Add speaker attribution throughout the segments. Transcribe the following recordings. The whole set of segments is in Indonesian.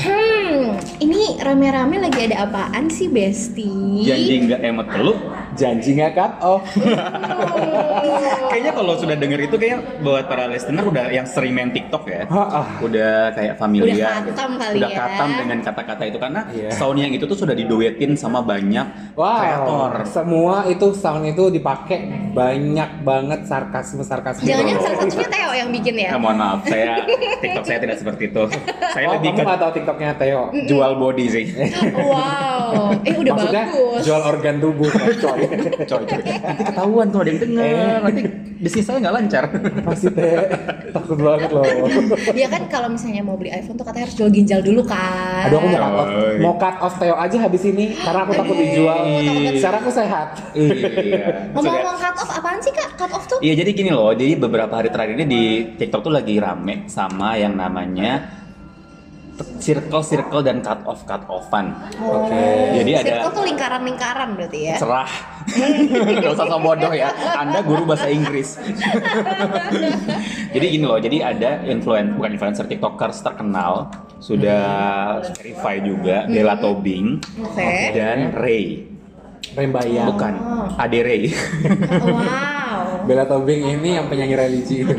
Speaker 1: Hmm, rame-rame lagi ada apaan sih Besti?
Speaker 2: Janji
Speaker 3: Iya.
Speaker 2: nggak emot peluk.
Speaker 3: Janji nggak cut off.
Speaker 2: Kayaknya kalau sudah denger itu kayaknya buat para listener udah yang sering main TikTok ya.
Speaker 3: Ha-ah.
Speaker 2: Udah kayak familiar.
Speaker 1: Udah
Speaker 2: gitu.
Speaker 1: katam kali
Speaker 2: Udah
Speaker 1: ya.
Speaker 2: katam dengan kata-kata itu karena
Speaker 3: Iya.
Speaker 2: sound yang itu tuh sudah diduetin sama banyak kreator.
Speaker 3: Wow, semua itu sound itu dipakai banyak banget sarkasme-sarkasme.
Speaker 1: Jangan-jangan salah satunya Teo yang bikin ya?
Speaker 2: Ya, mohon maaf, saya TikTok saya tidak seperti itu. Saya
Speaker 3: Oh,
Speaker 2: lebih
Speaker 3: kamu
Speaker 2: ke
Speaker 3: nggak Eh. tahu TikToknya Teo?
Speaker 2: jual body sih.
Speaker 1: Wow, eh Mm, udah
Speaker 3: Maksudnya
Speaker 1: bagus.
Speaker 3: jual organ tubuh, coy.
Speaker 2: coy, coy. Nanti ketahuan kalau ada yang
Speaker 3: Eh.
Speaker 2: dengar, nanti bisnis saya nggak lancar.
Speaker 3: Pasti Teo takut banget loh.
Speaker 1: ya kan kalau misalnya mau beli iPhone tuh katanya harus jual ginjal dulu kan.
Speaker 3: Aduh aku mau cut off,
Speaker 2: Coy.
Speaker 3: mau cut off Teo aja habis ini karena aku takut
Speaker 1: Aduh,
Speaker 3: dijual. Iya.
Speaker 1: takut-
Speaker 3: Sekarang aku sehat.
Speaker 2: iya.
Speaker 1: Ngomong-ngomong cut off apaan sih kak? Cut off tuh?
Speaker 2: Iya jadi gini loh, jadi beberapa hari terakhir ini di TikTok tuh lagi rame sama yang namanya circle-circle dan cut off cut offan.
Speaker 3: Oke.
Speaker 2: Jadi ada-
Speaker 1: Circle tuh lingkaran-lingkaran berarti ya?
Speaker 2: Cerah, nggak usah sama bodoh ya. Anda guru bahasa Inggris. jadi gini loh, jadi ada influencer bukan influencer TikTokers terkenal sudah verify juga Della Tobing
Speaker 1: Hmm. Oke. Oh.
Speaker 2: dan Ray.
Speaker 3: Rembaya.
Speaker 2: Bukan, Ade Ray.
Speaker 1: Wow.
Speaker 3: Bella Tobing ini yang penyanyi religi itu.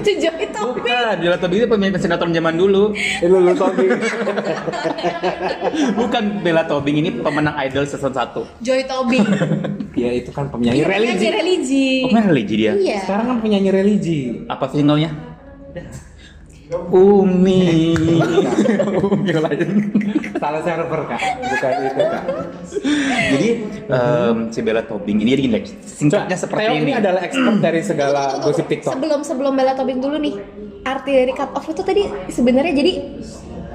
Speaker 1: Itu jadi top.
Speaker 2: Bukan, Della Tobing itu pemain sinetron zaman dulu.
Speaker 3: Eh, Lulu Tobing.
Speaker 2: Bukan Bella Tobing ini pemenang Idol season 1
Speaker 1: Joy Tobing.
Speaker 3: Ya itu kan penyanyi
Speaker 1: Iya,
Speaker 3: religi.
Speaker 1: penyanyi religi.
Speaker 2: Oh, mana religi dia?
Speaker 1: Iya.
Speaker 3: Sekarang kan penyanyi religi.
Speaker 2: Apa singlenya? Umi. Umi lain.
Speaker 3: Salah server kak, bukan itu kak.
Speaker 2: Jadi em, si Bella Tobing ini jadi gini, like, singkatnya seperti
Speaker 3: Teo
Speaker 2: ini.
Speaker 3: ini adalah expert dari segala
Speaker 1: Tunggu,
Speaker 3: gosip
Speaker 1: tunggu.
Speaker 3: TikTok.
Speaker 1: Sebelum sebelum Bella Tobing dulu nih. Arti dari cut off itu tadi sebenarnya jadi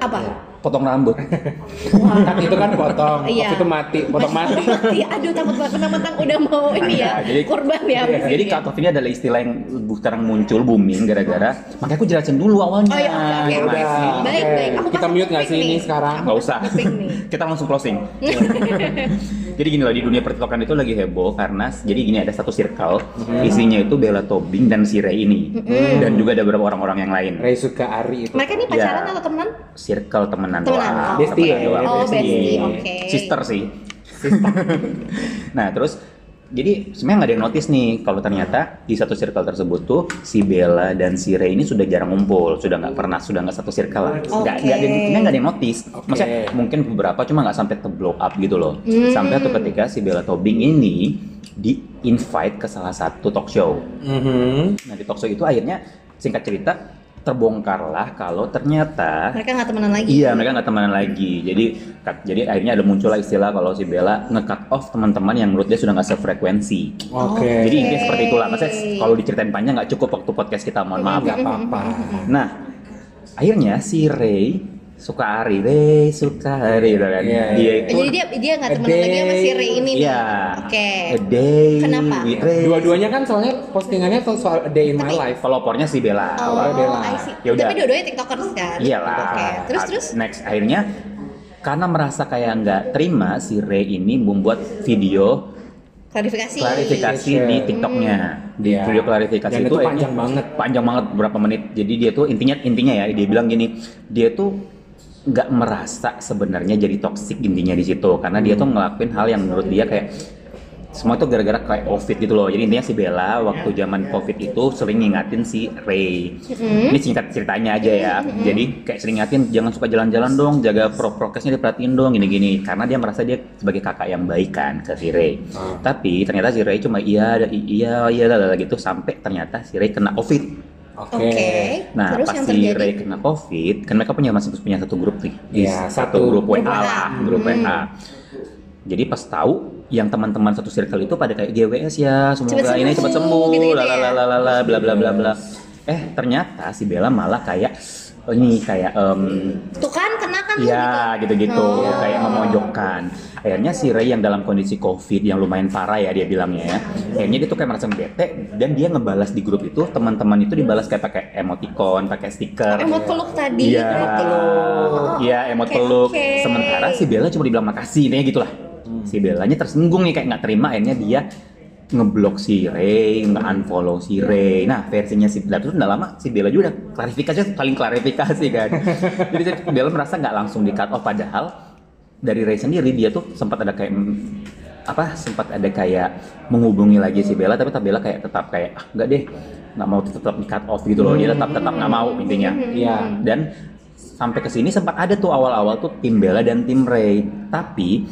Speaker 1: apa?
Speaker 2: Potong rambut.
Speaker 3: Kan itu kan potong,
Speaker 1: Iya.
Speaker 3: waktu itu mati, potong mati.
Speaker 1: Iya, aduh takut banget mentang-mentang udah mau ini ya.
Speaker 2: Nah, jadi-
Speaker 1: korban ya. abis
Speaker 2: jadi
Speaker 1: ini.
Speaker 2: cut off ini adalah istilah yang sekarang muncul booming gara-gara makanya aku jelasin dulu awalnya.
Speaker 1: Oh iya, oke, oke,
Speaker 2: Gitu,
Speaker 1: oke.
Speaker 2: guys.
Speaker 3: Udah.
Speaker 1: Baik, baik. Aku
Speaker 3: Kita
Speaker 1: pasang
Speaker 3: mute nggak
Speaker 1: kuping
Speaker 3: sih ini
Speaker 1: nih.
Speaker 3: sekarang?
Speaker 1: Aku
Speaker 2: Nggak usah.
Speaker 1: pasang kuping nih.
Speaker 2: Kita langsung closing. jadi gini loh di dunia pertitokan itu lagi heboh karena jadi gini ada satu circle
Speaker 1: Hmm.
Speaker 2: isinya itu Bella Tobing dan si Ray ini dan juga ada beberapa orang-orang yang lain.
Speaker 3: Rey suka Ari itu.
Speaker 1: Mereka nih pacaran
Speaker 2: Iya.
Speaker 1: atau temenan?
Speaker 2: Circle temenan,
Speaker 1: Temenan.
Speaker 2: doang.
Speaker 3: Bestie
Speaker 2: temenan
Speaker 3: ya,
Speaker 2: doang. Iya.
Speaker 1: Oh,
Speaker 3: Bestie.
Speaker 1: bestie. Oke.
Speaker 2: Sister sih. nah terus jadi sebenarnya nggak ada yang notice nih kalau ternyata di satu circle tersebut tuh si Bella dan si Ray ini sudah jarang ngumpul, sudah nggak pernah, sudah nggak satu circle lah. Nggak,
Speaker 1: Oke.
Speaker 2: nggak ada, sebenarnya nggak ada yang notice.
Speaker 3: Oke.
Speaker 2: Maksudnya mungkin beberapa cuma nggak sampai ke blow up gitu loh.
Speaker 1: Hmm.
Speaker 2: Sampai tuh ketika si Bella Tobing ini di invite ke salah satu talk show.
Speaker 3: Mhm.
Speaker 2: Nah di talk show itu akhirnya singkat cerita terbongkarlah kalau ternyata
Speaker 1: Mereka nggak temenan lagi. Oh,
Speaker 2: Iya, mereka nggak temenan lagi. Jadi, cut- jadi akhirnya ada muncullah istilah kalau si Bella nge-cut off teman-teman yang menurut dia sudah nggak sefrekuensi.
Speaker 3: Oke.
Speaker 1: Oh,
Speaker 2: Jadi intinya seperti itulah. Maksudnya kalau diceritain panjang nggak cukup waktu podcast kita. Mohon maaf.
Speaker 1: Mhm,
Speaker 2: ya.
Speaker 3: nggak apa-apa.
Speaker 2: Nah, akhirnya si Ray suka Ari, Ray suka Ari, gitu kan?
Speaker 3: Iya,
Speaker 2: Dia
Speaker 3: iya.
Speaker 2: itu,
Speaker 1: Jadi dia dia nggak temenan lagi sama si Ray ini. nih.
Speaker 2: iya.
Speaker 1: Oh, Oke.
Speaker 2: A day
Speaker 1: Kenapa?
Speaker 2: with Ray.
Speaker 3: Dua-duanya kan soalnya postingannya tuh soal a day in my life.
Speaker 2: Pelopornya si Bella.
Speaker 1: Oh,
Speaker 3: Bella.
Speaker 1: I see.
Speaker 2: Ya udah.
Speaker 1: Tapi dua-duanya tiktokers kan?
Speaker 2: Iyalah.
Speaker 1: Oke, terus terus?
Speaker 2: Next akhirnya karena merasa kayak nggak terima si Ray ini membuat video
Speaker 1: Klarifikasi.
Speaker 2: klarifikasi di TikToknya. Di
Speaker 3: Iya.
Speaker 2: video klarifikasi
Speaker 3: Hmm.
Speaker 2: itu,
Speaker 3: Dan itu
Speaker 2: akhirnya
Speaker 3: panjang banget.
Speaker 2: Panjang banget berapa menit. Jadi dia tuh intinya intinya ya dia bilang gini, dia tuh nggak merasa sebenarnya jadi toksik intinya di situ karena dia tuh
Speaker 3: Hmm.
Speaker 2: ngelakuin hal yang menurut dia kayak semua itu gara-gara kayak covid gitu loh jadi intinya si Bella waktu zaman covid itu sering ngingatin si Ray ini singkat ceritanya aja ya jadi kayak sering ngingatin jangan suka jalan-jalan dong jaga pro prokesnya diperhatiin dong gini-gini karena dia merasa dia sebagai kakak yang baik kan ke si Ray tapi ternyata si Ray cuma iya ada- i- iya iya lala, gitu sampai ternyata si Ray kena covid
Speaker 3: Oke.
Speaker 1: Oke.
Speaker 2: nah
Speaker 1: terus
Speaker 2: pas
Speaker 1: yang
Speaker 2: si
Speaker 1: terjadi?
Speaker 2: Ray kena covid kan mereka punya masih punya satu grup nih Di
Speaker 3: Iya,
Speaker 2: satu,
Speaker 3: satu.
Speaker 2: grup WA
Speaker 1: Grup WA.
Speaker 2: lah grup
Speaker 1: Hmm.
Speaker 2: WA jadi pas tahu yang teman-teman satu circle itu pada kayak GWS ya semoga
Speaker 1: Cepet
Speaker 2: ini
Speaker 1: sembuh,
Speaker 2: cepat sembuh
Speaker 1: gitu-gitu
Speaker 2: la
Speaker 1: ya.
Speaker 2: la la la la la, bla bla bla bla eh ternyata si Bella malah kayak oh, ini kayak em,
Speaker 1: Tuh kan kena kan?
Speaker 2: Iya gitu-gitu
Speaker 1: Oh.
Speaker 2: kayak memojokkan. Akhirnya si Ray yang dalam kondisi covid yang lumayan parah ya dia bilangnya ya. Akhirnya dia tuh kayak merasa bete dan dia ngebalas di grup itu teman-teman itu dibalas kayak pakai emoticon, pakai stiker.
Speaker 1: Emot peluk tadi.
Speaker 2: Iya,
Speaker 1: emot peluk.
Speaker 2: iya emot
Speaker 1: oke,
Speaker 2: peluk.
Speaker 1: oke.
Speaker 2: Sementara si Bella cuma dibilang makasih nih gitulah. Si Bellanya tersinggung nih kayak nggak terima akhirnya dia ngeblok si Ray, nge unfollow si Ray. Nah versinya si Bella itu udah lama si Bella juga udah klarifikasi paling klarifikasi kan. Jadi si Bella merasa nggak langsung di cut off padahal dari Ray sendiri dia tuh sempat ada kayak mm, apa sempat ada kayak menghubungi lagi si Bella tapi Bella kayak tetap kayak ah enggak deh nggak mau tetap di cut off gitu loh dia tetap tetap nggak mau intinya
Speaker 1: Hmm.
Speaker 3: Iya.
Speaker 1: Mhm.
Speaker 2: dan sampai ke sini sempat ada tuh awal-awal tuh tim Bella dan tim Ray tapi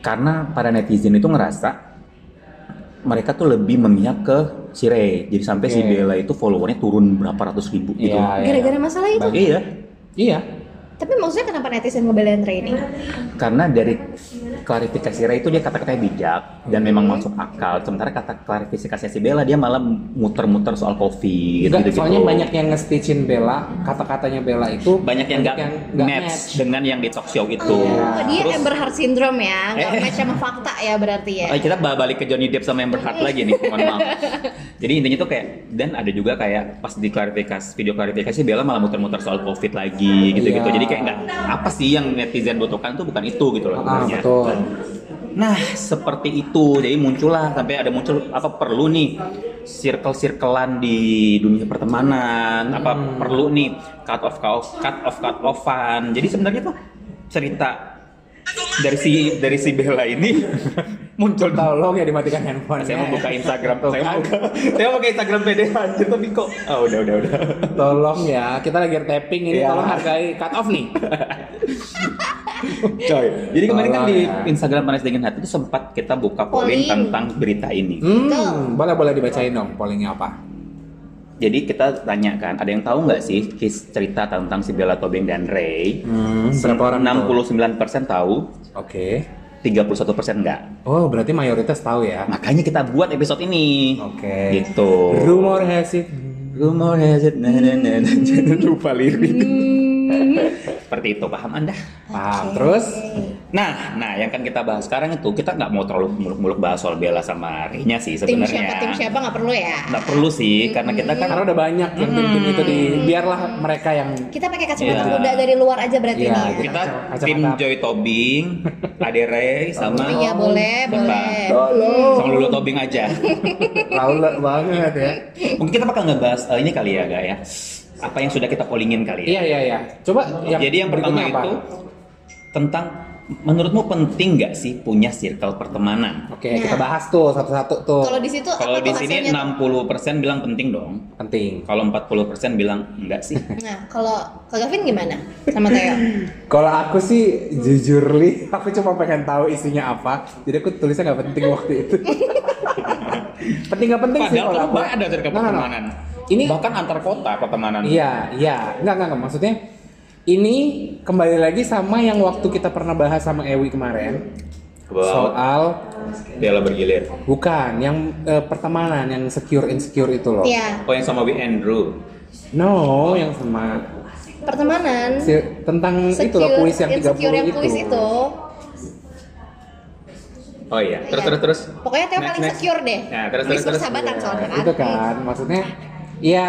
Speaker 2: karena para netizen itu ngerasa mereka tuh lebih memihak ke si Ray jadi sampai si
Speaker 3: Oke.
Speaker 2: Bella itu followernya turun berapa ratus ribu gitu
Speaker 3: Iya, iya.
Speaker 1: Gara-gara masalah itu.
Speaker 2: iya
Speaker 3: Iya.
Speaker 1: Tapi maksudnya kenapa netizen ngebelain Ray ini?
Speaker 2: karena dari klarifikasi Ray itu dia kata-katanya bijak dan
Speaker 3: Iya.
Speaker 2: memang masuk akal sementara kata klarifikasinya si Bella dia malah muter-muter soal covid
Speaker 3: Enggak,
Speaker 2: gitu-gitu.
Speaker 3: soalnya banyak yang nge-stitchin Bella, kata-katanya Bella itu
Speaker 2: gitu. banyak yang nggak
Speaker 3: nggak Iya.
Speaker 2: match dengan yang di talk show gitu. itu
Speaker 1: Oh, dia
Speaker 2: Terus-
Speaker 1: Amber Heard Syndrome ya, nggak
Speaker 2: Eh.
Speaker 1: match sama fakta ya berarti ya.
Speaker 3: Iya.
Speaker 2: Eh, kita ba- balik ke Johnny Depp sama Amber Heard lagi nih, mohon maaf. Jadi intinya tuh kayak dan ada juga kayak pas diklarifikasi video klarifikasi Bella malah muter-muter soal COVID lagi gitu-gitu.
Speaker 3: Iya.
Speaker 2: Jadi kayak nggak apa sih yang netizen butuhkan tuh bukan itu gitu loh
Speaker 3: Ah,
Speaker 2: sebenarnya.
Speaker 3: betul.
Speaker 2: Nah, seperti itu. Jadi muncullah sampai ada muncul apa perlu nih circle-circlean di dunia pertemanan, apa
Speaker 3: Hmm.
Speaker 2: perlu nih cut off cut off cut off cut offan. Jadi sebenarnya tuh cerita dari si dari si Bella ini muncul
Speaker 3: Tolong ya dimatikan handphone.
Speaker 2: saya mau buka Instagram saya mau buka saya mau buka Instagram PD anjir tapi kok kan? ah udah udah udah
Speaker 3: Tolong ya, kita lagi tapping ini
Speaker 2: Iya.
Speaker 3: tolong hargai cut off nih.
Speaker 2: coy jadi kemarin kan di
Speaker 3: Tolong ya.
Speaker 2: Instagram Panas Dengan Hati itu sempat kita buka polling
Speaker 1: Polling.
Speaker 2: tentang berita ini
Speaker 1: Betul.
Speaker 3: Hmm, boleh boleh dibacain dong pollingnya apa?
Speaker 2: jadi kita tanyakan ada yang tahu nggak sih kis cerita tentang si Bella Tobing dan Ray
Speaker 3: Hmm, berapa orang? tuh?
Speaker 2: 69% tahu
Speaker 3: Oke.
Speaker 2: 31% enggak
Speaker 3: Oh, berarti mayoritas tahu ya.
Speaker 2: makanya kita buat episode ini
Speaker 3: Oke.
Speaker 2: gitu
Speaker 3: Rumor has it.
Speaker 2: rumor has it na, na, na, na. Jangan lupa lirik
Speaker 1: Hmm.
Speaker 2: seperti itu paham anda
Speaker 3: Paham. Terus
Speaker 2: Nah, nah yang kan kita bahas sekarang itu kita nggak mau terlalu muluk-muluk bahas soal Bella sama Rinya sih
Speaker 1: tim
Speaker 2: sebenarnya.
Speaker 1: siapa tim siapa nggak perlu ya.
Speaker 2: Nggak perlu sih karena kita kan
Speaker 3: karena udah banyak yang
Speaker 1: Hmm.
Speaker 3: tim-tim itu di biarlah mereka yang
Speaker 1: Kita pakai kacamata
Speaker 2: Iya.
Speaker 1: kuda dari luar aja berarti
Speaker 3: Iya,
Speaker 1: nih ya.
Speaker 2: kita
Speaker 3: Kacamata.
Speaker 2: tim Joy Tobing, Ade Ray sama
Speaker 1: Iya boleh
Speaker 2: Siapa?
Speaker 1: boleh.
Speaker 3: tolong
Speaker 2: sama Lulu Tobing aja.
Speaker 3: laule banget ya.
Speaker 2: Mungkin kita bakal ngebahas eh, ini kali ya, Gak ya. Apa yang sudah kita pollingin kali ya.
Speaker 3: Iya iya iya. Coba
Speaker 2: Jadi yang pertama
Speaker 3: berikutnya apa?
Speaker 2: itu tentang menurutmu penting nggak sih punya circle pertemanan?
Speaker 3: Oke,
Speaker 1: Nah.
Speaker 3: kita bahas tuh satu-satu tuh.
Speaker 1: Kalau di situ
Speaker 2: Kalau
Speaker 1: apa
Speaker 2: di
Speaker 1: tuh
Speaker 2: sini
Speaker 1: hasilnya?
Speaker 2: 60% bilang penting dong.
Speaker 3: Penting.
Speaker 2: Kalau 40% bilang enggak sih.
Speaker 1: Nah kalau Kak Gavin gimana sama Teo?
Speaker 3: Kalau aku sih jujur li, aku cuma pengen tahu isinya apa. Jadi aku tulisnya nggak penting waktu itu. penting nggak penting sih
Speaker 2: Padahal
Speaker 3: kalau
Speaker 2: kan
Speaker 3: aku.
Speaker 2: ada cerita
Speaker 3: Nah, nah, nah.
Speaker 2: pertemanan.
Speaker 3: Ini-
Speaker 2: bahkan antar kota pertemanan.
Speaker 3: Iya, iya. Enggak, enggak, enggak. Maksudnya ini kembali lagi sama yang waktu kita pernah bahas sama Ewi kemarin.
Speaker 2: Wow.
Speaker 3: Soal ah.
Speaker 2: Bella bergilir.
Speaker 3: bukan yang eh, pertemanan yang secure insecure itu loh.
Speaker 1: Iya
Speaker 2: Oh yang sama We Andrew.
Speaker 3: No, yang sama
Speaker 1: pertemanan.
Speaker 3: si- tentang itu loh
Speaker 1: secure,
Speaker 3: kuis yang 30
Speaker 1: insecure yang
Speaker 3: itu.
Speaker 1: kuis itu.
Speaker 2: Oh iya. Terus
Speaker 1: Iya.
Speaker 2: terus terus.
Speaker 1: Pokoknya Teo
Speaker 2: Next,
Speaker 1: paling
Speaker 2: next.
Speaker 1: secure deh.
Speaker 2: Nah, terus,
Speaker 1: Habis
Speaker 2: terus, terus.
Speaker 1: persahabatan
Speaker 3: Iya,
Speaker 1: soalnya Hmm.
Speaker 3: itu kan maksudnya Iya,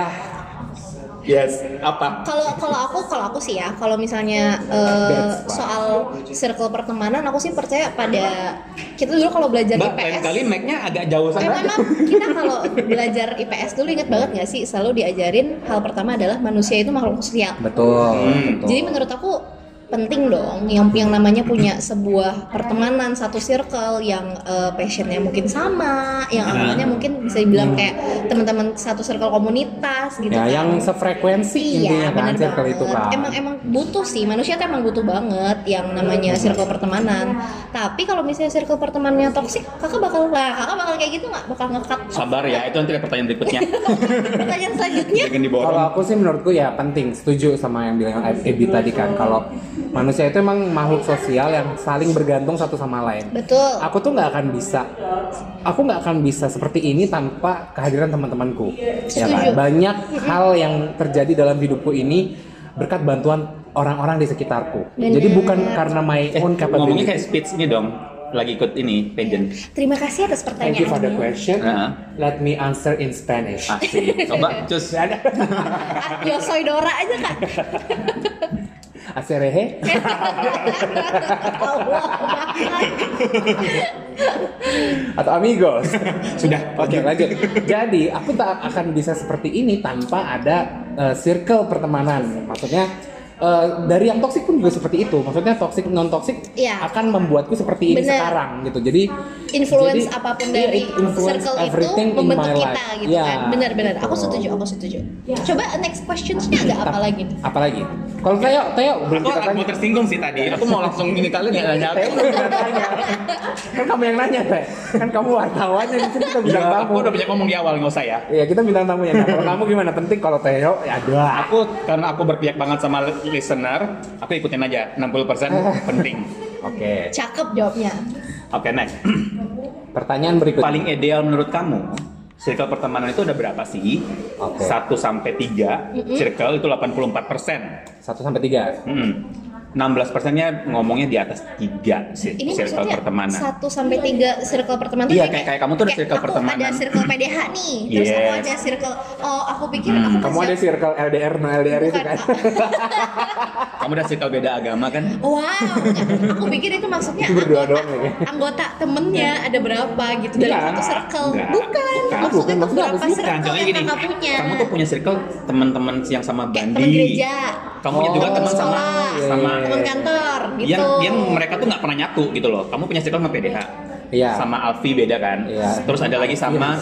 Speaker 2: Yes. Apa?
Speaker 1: kalau kalau aku kalau aku sih ya kalau misalnya eh,
Speaker 3: That's fine.
Speaker 1: soal circle pertemanan aku sih percaya pada kita dulu kalau belajar
Speaker 2: Mbak,
Speaker 1: IPS
Speaker 2: lain kali mic-nya agak jauh
Speaker 1: Eh,
Speaker 2: sana.
Speaker 1: memang kita kalau belajar IPS dulu inget banget nggak sih selalu diajarin hal pertama adalah manusia itu makhluk sosial
Speaker 3: betul.
Speaker 2: Hmm.
Speaker 3: betul.
Speaker 1: jadi menurut aku penting dong yang yang namanya punya sebuah pertemanan satu circle yang eh, passionnya mungkin sama yang
Speaker 3: Iya.
Speaker 2: Hmm.
Speaker 1: agamanya mungkin bisa dibilang kayak teman-teman satu circle komunitas gitu kan.
Speaker 3: Hmm. ya, yang sefrekuensi intinya
Speaker 1: Iya,
Speaker 3: kan
Speaker 1: bener
Speaker 3: circle
Speaker 1: banget.
Speaker 3: itu kan.
Speaker 1: Emang emang butuh sih manusia tuh emang butuh banget yang namanya
Speaker 3: Hmm.
Speaker 1: circle pertemanan. Tapi kalau misalnya circle pertemanannya toksik, kakak bakal lah, kakak bakal kayak gitu nggak bakal ngekat.
Speaker 2: Sabar ya, itu nanti pertanyaan berikutnya.
Speaker 1: Iya. Pertanyaan selanjutnya.
Speaker 2: Jangan
Speaker 3: Kalau
Speaker 2: diborong.
Speaker 3: aku sih menurutku ya penting, setuju sama yang bilang Ebi tadi kan kalau manusia itu emang makhluk sosial yang saling bergantung satu sama lain.
Speaker 1: Betul.
Speaker 3: Aku tuh nggak akan bisa, aku nggak akan bisa seperti ini tanpa kehadiran teman-temanku. Ya
Speaker 1: Setuju.
Speaker 3: kan? Banyak hal yang terjadi dalam hidupku ini berkat bantuan orang-orang di sekitarku.
Speaker 1: Bener.
Speaker 3: Jadi bukan karena my own
Speaker 2: Eh, Ngomongnya
Speaker 3: capability.
Speaker 2: kayak speech ini dong. Lagi ikut ini pageant.
Speaker 1: Terima kasih atas
Speaker 3: Thank you for the
Speaker 1: pertanyaannya.
Speaker 3: question.
Speaker 2: Heeh.
Speaker 3: Let me answer in Spanish.
Speaker 2: Ah. Asik. Coba cus.
Speaker 1: Ah, yo soy Dora aja kak.
Speaker 3: Acerehe.
Speaker 1: Allah,
Speaker 3: atau amigos.
Speaker 2: Sudah,
Speaker 3: Oke, lanjut. Jadi, aku tak akan bisa seperti ini tanpa ada eh, circle pertemanan. Maksudnya eh, eh, dari yang toksik pun juga seperti itu. Maksudnya toksik non toksik
Speaker 1: Iya.
Speaker 3: akan membuatku seperti ini
Speaker 1: Bener.
Speaker 3: sekarang gitu. Jadi
Speaker 1: influence
Speaker 3: jadi,
Speaker 1: apapun
Speaker 3: iya,
Speaker 1: dari
Speaker 3: it influence
Speaker 1: circle itu
Speaker 3: everything in
Speaker 1: membentuk
Speaker 3: my
Speaker 1: kita
Speaker 3: life.
Speaker 1: gitu
Speaker 3: Iya,
Speaker 1: kan benar-benar aku
Speaker 3: gitu.
Speaker 1: setuju aku setuju
Speaker 4: Ya.
Speaker 1: coba next questions-nya agak apa lagi nih
Speaker 3: Apalagi? Kalau Teo, Teo belum
Speaker 2: Aku
Speaker 3: kita
Speaker 2: agak
Speaker 3: tanya.
Speaker 2: mau tersinggung sih tadi. Aku mau langsung ini kalian ya nanya.
Speaker 3: Teo belum kita tanya. kan kamu yang nanya, Teh. Kan kamu wartawannya di sini kita bintang
Speaker 2: Iya,
Speaker 3: tamu.
Speaker 2: aku udah banyak ngomong di awal nggak usah ya.
Speaker 3: Iya, kita bintang tamunya. Nah, kalau kamu gimana? Penting kalau Teo ya ada.
Speaker 2: Aku karena aku berpihak banget sama listener, aku ikutin aja 60% penting.
Speaker 5: Oke.
Speaker 1: cakep jawabnya
Speaker 2: Oke, next.
Speaker 3: Pertanyaan berikutnya.
Speaker 2: Paling ideal menurut kamu? Circle pertemanan itu ada berapa sih?
Speaker 3: Oke.
Speaker 2: 1 sampai 3. Circle itu 84%.
Speaker 3: 1 sampai 3.
Speaker 2: Hmm. 16 persennya ngomongnya di atas 3 sih
Speaker 1: ini
Speaker 2: circle
Speaker 1: maksudnya
Speaker 2: pertemanan.
Speaker 1: satu sampai tiga circle pertemanan tuh
Speaker 2: Iya, kayak- kayak kamu tuh ada
Speaker 1: kayak
Speaker 2: circle
Speaker 1: aku
Speaker 2: pertemanan.
Speaker 1: ada circle PDH nih terus
Speaker 2: Yes.
Speaker 1: aku ada circle oh aku pikir
Speaker 2: Hmm.
Speaker 1: aku
Speaker 3: Kamu
Speaker 1: masih-
Speaker 3: ada circle LDR, no LDR itu
Speaker 1: Bukan,
Speaker 3: kan?
Speaker 2: Kamu udah circle beda agama kan?
Speaker 1: wow aku pikir itu maksudnya
Speaker 3: Itu berdua
Speaker 1: anggota,
Speaker 3: doang ya?
Speaker 1: anggota temennya ada berapa gitu dari
Speaker 3: Iya.
Speaker 1: satu circle
Speaker 2: Enggak.
Speaker 1: bukan
Speaker 2: Bukan,
Speaker 1: maksudnya
Speaker 3: bukan.
Speaker 1: tuh
Speaker 3: Maksudnya
Speaker 1: berapa
Speaker 3: bukan.
Speaker 1: circle
Speaker 2: jangan
Speaker 1: yang kakak punya
Speaker 2: Kamu tuh punya circle teman-teman yang sama
Speaker 1: Kayak
Speaker 2: bandi.
Speaker 1: teman gereja
Speaker 2: Kamu punya juga
Speaker 3: Oh,
Speaker 2: teman sama
Speaker 1: sekolah.
Speaker 2: sama
Speaker 3: Iya,
Speaker 1: teman kantor gitu
Speaker 2: yang yang mereka tuh nggak pernah nyatu gitu loh. Kamu punya circle sama PDH.
Speaker 3: Iya.
Speaker 2: Sama Alfi beda kan.
Speaker 3: Iya.
Speaker 2: Terus ada lagi sama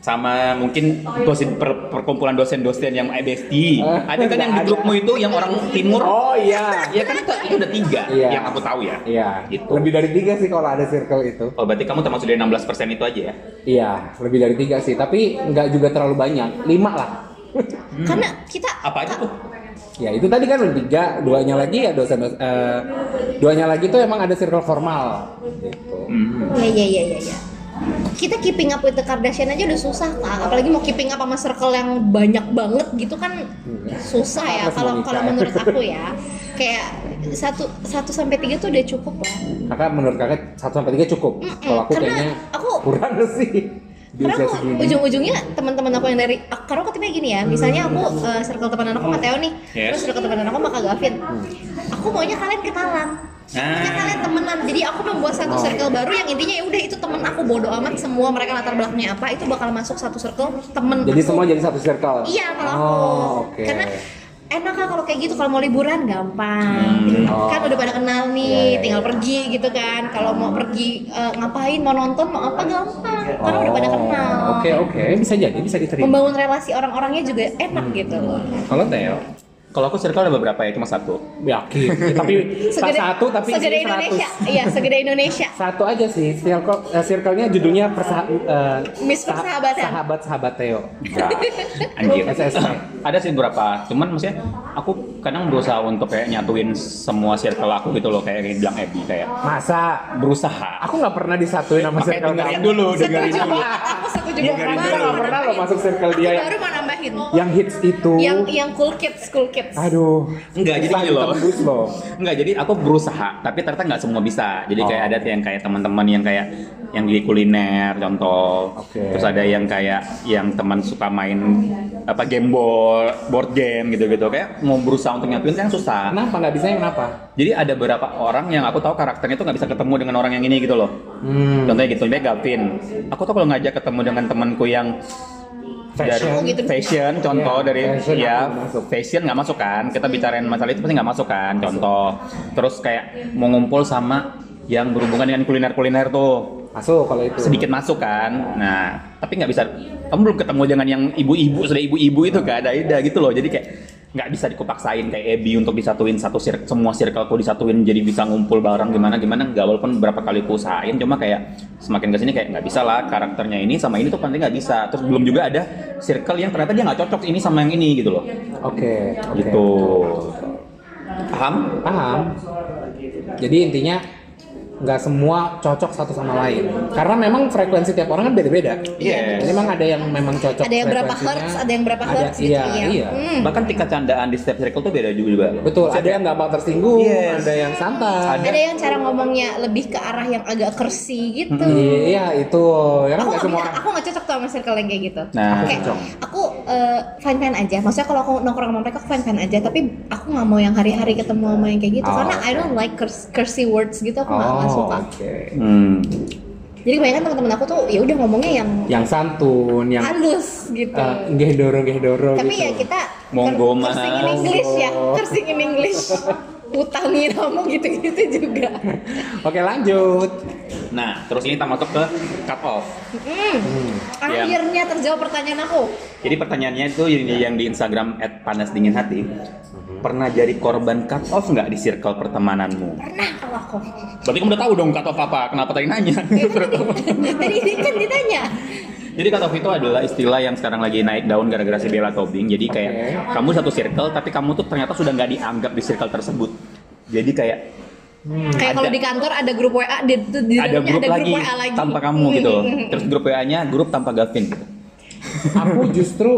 Speaker 2: sama mungkin dosen per- perkumpulan dosen-dosen yang IBSD.
Speaker 3: Eh,
Speaker 2: ada kan yang di
Speaker 3: ada.
Speaker 2: grupmu itu yang orang timur.
Speaker 3: Oh iya.
Speaker 2: Ya kan itu, itu udah tiga
Speaker 3: Iya.
Speaker 2: yang aku tahu ya.
Speaker 3: Iya.
Speaker 2: Gitu.
Speaker 3: Lebih dari tiga sih kalau ada circle itu.
Speaker 2: Oh berarti kamu termasuk dari 16% itu aja ya?
Speaker 3: Iya, lebih dari tiga sih. Tapi nggak juga terlalu banyak. Lima lah.
Speaker 2: Hmm.
Speaker 1: karena kita
Speaker 2: Apa aja tuh?
Speaker 3: Ya itu tadi kan tiga, duanya lagi ya dosen dosen. duanya lagi itu emang ada circle formal. Gitu.
Speaker 2: Hmm.
Speaker 1: Ya ya ya ya ya. Kita keeping up with the Kardashian aja udah susah kak, apalagi mau keeping up sama circle yang banyak banget gitu kan
Speaker 3: Iya.
Speaker 1: susah ya.
Speaker 3: Harus
Speaker 1: Kalau
Speaker 3: menikah
Speaker 1: kalau
Speaker 3: ya.
Speaker 1: menurut aku ya, kayak satu satu sampai tiga tuh udah cukup lah.
Speaker 3: Kakak menurut kakak satu sampai tiga cukup.
Speaker 1: Mm-mm,
Speaker 3: Kalau aku
Speaker 1: karena
Speaker 3: kayaknya
Speaker 1: aku-
Speaker 3: kurang sih di
Speaker 1: Karena
Speaker 3: usia
Speaker 1: aku
Speaker 3: segini.
Speaker 1: ujung-ujungnya teman-teman aku yang dari karena ketimbang gini ya, misalnya aku
Speaker 3: Hmm.
Speaker 1: eh, circle teman aku sama Theo nih,
Speaker 2: Yes.
Speaker 1: terus circle teman aku sama Kak Gavin.
Speaker 3: Hmm.
Speaker 1: Aku maunya kalian ketalan. Maunya
Speaker 2: Ah.
Speaker 1: kalian temenan. Jadi aku membuat satu
Speaker 3: Oh.
Speaker 1: circle baru yang intinya ya udah itu temen aku bodo amat semua mereka latar belakangnya apa itu bakal masuk satu circle temen
Speaker 3: Jadi
Speaker 1: aku.
Speaker 3: semua jadi satu circle.
Speaker 1: Iya kalau aku.
Speaker 3: Oh, oke.
Speaker 1: Karena enak kan kalau kayak gitu kalau mau liburan gampang.
Speaker 2: Hmm.
Speaker 1: Ting- Kan
Speaker 3: Oh.
Speaker 1: udah pada kenal nih,
Speaker 3: Iya, iya,
Speaker 1: tinggal
Speaker 3: iya.
Speaker 1: pergi gitu kan. Kalau mau pergi eh, ngapain, mau nonton, mau apa gampang. Karena udah pada
Speaker 3: Oh,
Speaker 1: kenal.
Speaker 3: Oke oke, bisa jadi bisa diterima.
Speaker 1: Membangun relasi orang-orangnya juga enak
Speaker 3: Hmm.
Speaker 1: gitu loh.
Speaker 3: Kalau Teo,
Speaker 2: Kalau aku circle ada beberapa ya, cuma satu.
Speaker 3: yakin. tapi tak satu tapi
Speaker 1: segede
Speaker 3: isinya
Speaker 1: Indonesia.
Speaker 3: 100.
Speaker 1: Iya, segede Indonesia.
Speaker 3: Satu aja sih, circle, eh, circle-nya judulnya persa, eh,
Speaker 1: Miss
Speaker 3: sah-
Speaker 1: Persahabatan.
Speaker 3: Sahabat sahabat Teo.
Speaker 2: Anjir.
Speaker 3: SSB.
Speaker 2: ada sih beberapa. Cuman maksudnya aku kadang berusaha untuk kayak nyatuin semua circle aku gitu loh kayak yang bilang Abby kayak
Speaker 3: Masa?
Speaker 2: berusaha.
Speaker 3: Aku nggak pernah disatuin sama
Speaker 2: Makanya
Speaker 3: circle
Speaker 2: dengerin
Speaker 3: kamu.
Speaker 2: dulu, dengerin
Speaker 1: Setuju.
Speaker 2: dulu.
Speaker 1: Aku setuju
Speaker 2: Iya,
Speaker 1: banget.
Speaker 2: dengerin
Speaker 1: Baru
Speaker 2: dulu.
Speaker 1: mau
Speaker 3: Nggak pernah lo
Speaker 1: nambahin.
Speaker 3: masuk circle dia
Speaker 1: Aku
Speaker 3: yang-
Speaker 1: baru mau nambahin.
Speaker 3: Yang hits itu.
Speaker 1: Yang yang cool kids, cool kids.
Speaker 3: Aduh.
Speaker 2: Enggak, jadi
Speaker 3: susah
Speaker 2: gini loh.
Speaker 3: ditembus loh.
Speaker 2: Enggak, jadi aku berusaha, tapi ternyata nggak semua bisa. Jadi kayak
Speaker 3: Oh.
Speaker 2: ada yang kayak teman-teman yang kayak yang di kuliner contoh.
Speaker 3: Oke.
Speaker 2: Terus ada yang kayak yang teman suka main apa game board, board game gitu-gitu kayak mau berusaha untuk nyatuin kan susah.
Speaker 3: Kenapa nggak bisa? Kenapa?
Speaker 2: Jadi ada beberapa orang yang aku tahu karakternya tuh nggak bisa ketemu dengan orang yang ini gitu loh.
Speaker 3: Hmm.
Speaker 2: Contohnya gitu, dia Gavin. Aku tuh kalau ngajak ketemu dengan temanku yang
Speaker 3: Fashion.
Speaker 2: dari- Oh
Speaker 1: gitu.
Speaker 2: fashion, contoh
Speaker 3: Iya,
Speaker 2: dari
Speaker 3: fashion
Speaker 2: ya
Speaker 3: aku nggak masuk. Iya.
Speaker 2: fashion nggak masuk kan? Kita bicarain masalah itu pasti nggak masuk kan? Contoh. Terus kayak mau ngumpul sama yang berhubungan dengan kuliner-kuliner tuh
Speaker 3: Masuk kalau itu.
Speaker 2: sedikit masuk kan nah tapi nggak bisa kamu belum ketemu dengan yang ibu-ibu sudah ibu-ibu itu kan ada ada gitu loh jadi kayak nggak bisa dikupaksain kayak Ebi untuk disatuin satu sir- semua circleku disatuin jadi bisa ngumpul bareng gimana gimana nggak walaupun berapa kali ku usahain cuma kayak semakin kesini kayak nggak bisa lah karakternya ini sama ini tuh penting nggak bisa terus belum juga ada circle yang ternyata dia nggak cocok ini sama yang ini gitu loh
Speaker 3: Oke. oke.
Speaker 2: gitu paham
Speaker 3: paham jadi intinya nggak semua cocok satu sama lain karena memang frekuensi tiap orang kan beda-beda
Speaker 2: Yes.
Speaker 3: jadi memang ada yang memang cocok
Speaker 1: Ada yang berapa
Speaker 3: frekuensinya.
Speaker 1: hertz, ada yang berapa
Speaker 3: Ada-
Speaker 1: hertz gitu
Speaker 3: iya,
Speaker 1: ya.
Speaker 3: iya.
Speaker 1: Hmm.
Speaker 2: bahkan tingkat candaan di setiap circle tuh beda juga
Speaker 3: betul ada yang gampang tersinggung
Speaker 2: Yes.
Speaker 3: ada yang santai
Speaker 1: ada yang cara ngomongnya lebih ke arah yang agak kersi gitu.
Speaker 3: iya itu ya kan
Speaker 1: Aku
Speaker 3: nggak
Speaker 1: gak,
Speaker 3: semua
Speaker 1: bisa-
Speaker 3: orang
Speaker 1: aku gak cocok tuh sama circle yang kayak gitu.
Speaker 2: Nah.
Speaker 1: kayak
Speaker 3: Cocok.
Speaker 1: aku fine fine aja. Maksudnya kalau aku nongkrong sama mereka aku fine fine aja. Tapi aku nggak mau yang hari-hari ketemu sama yang kayak gitu.
Speaker 3: Oh,
Speaker 1: karena I
Speaker 3: oke.
Speaker 1: don't like curse- cursy words gitu. Aku nggak nggak
Speaker 3: oh
Speaker 1: suka.
Speaker 3: oke.
Speaker 2: hmm.
Speaker 1: Jadi kebanyakan teman-teman aku tuh ya udah ngomongnya yang
Speaker 3: yang santun yang
Speaker 1: halus gitu.
Speaker 3: eh, nggih doro nggih doro
Speaker 1: Tapi
Speaker 3: gitu.
Speaker 1: ya kita
Speaker 2: monggo mas
Speaker 1: Cursing in English ya, cursing in English. Utangi kamu gitu-gitu juga.
Speaker 3: Oke lanjut.
Speaker 2: nah terus ini kita masuk ke cut off
Speaker 1: Hmm. Akhirnya terjawab pertanyaan aku.
Speaker 2: jadi pertanyaannya itu yang, yang di Instagram at panas dingin hati pernah jadi korban cut off nggak di circle pertemananmu
Speaker 1: Pernah kalau aku.
Speaker 2: berarti kamu udah tahu dong cut off apa kenapa tadi nanya
Speaker 1: Itu tadi, tadi kan ditanya.
Speaker 2: Jadi cut off itu adalah istilah yang sekarang lagi naik daun gara-gara si Bella Tobing. Jadi kayak
Speaker 3: Oke.
Speaker 2: kamu satu circle tapi kamu tuh ternyata sudah nggak dianggap di circle tersebut. Jadi kayak
Speaker 1: Kayak
Speaker 2: ada.
Speaker 1: kalau di kantor ada grup WA, di, di
Speaker 2: ada
Speaker 1: dalamnya
Speaker 2: grup, lagi,
Speaker 1: WA lagi
Speaker 2: tanpa kamu gitu. loh.
Speaker 1: Hmm.
Speaker 2: Terus grup WA-nya grup tanpa Gavin gitu.
Speaker 3: Aku justru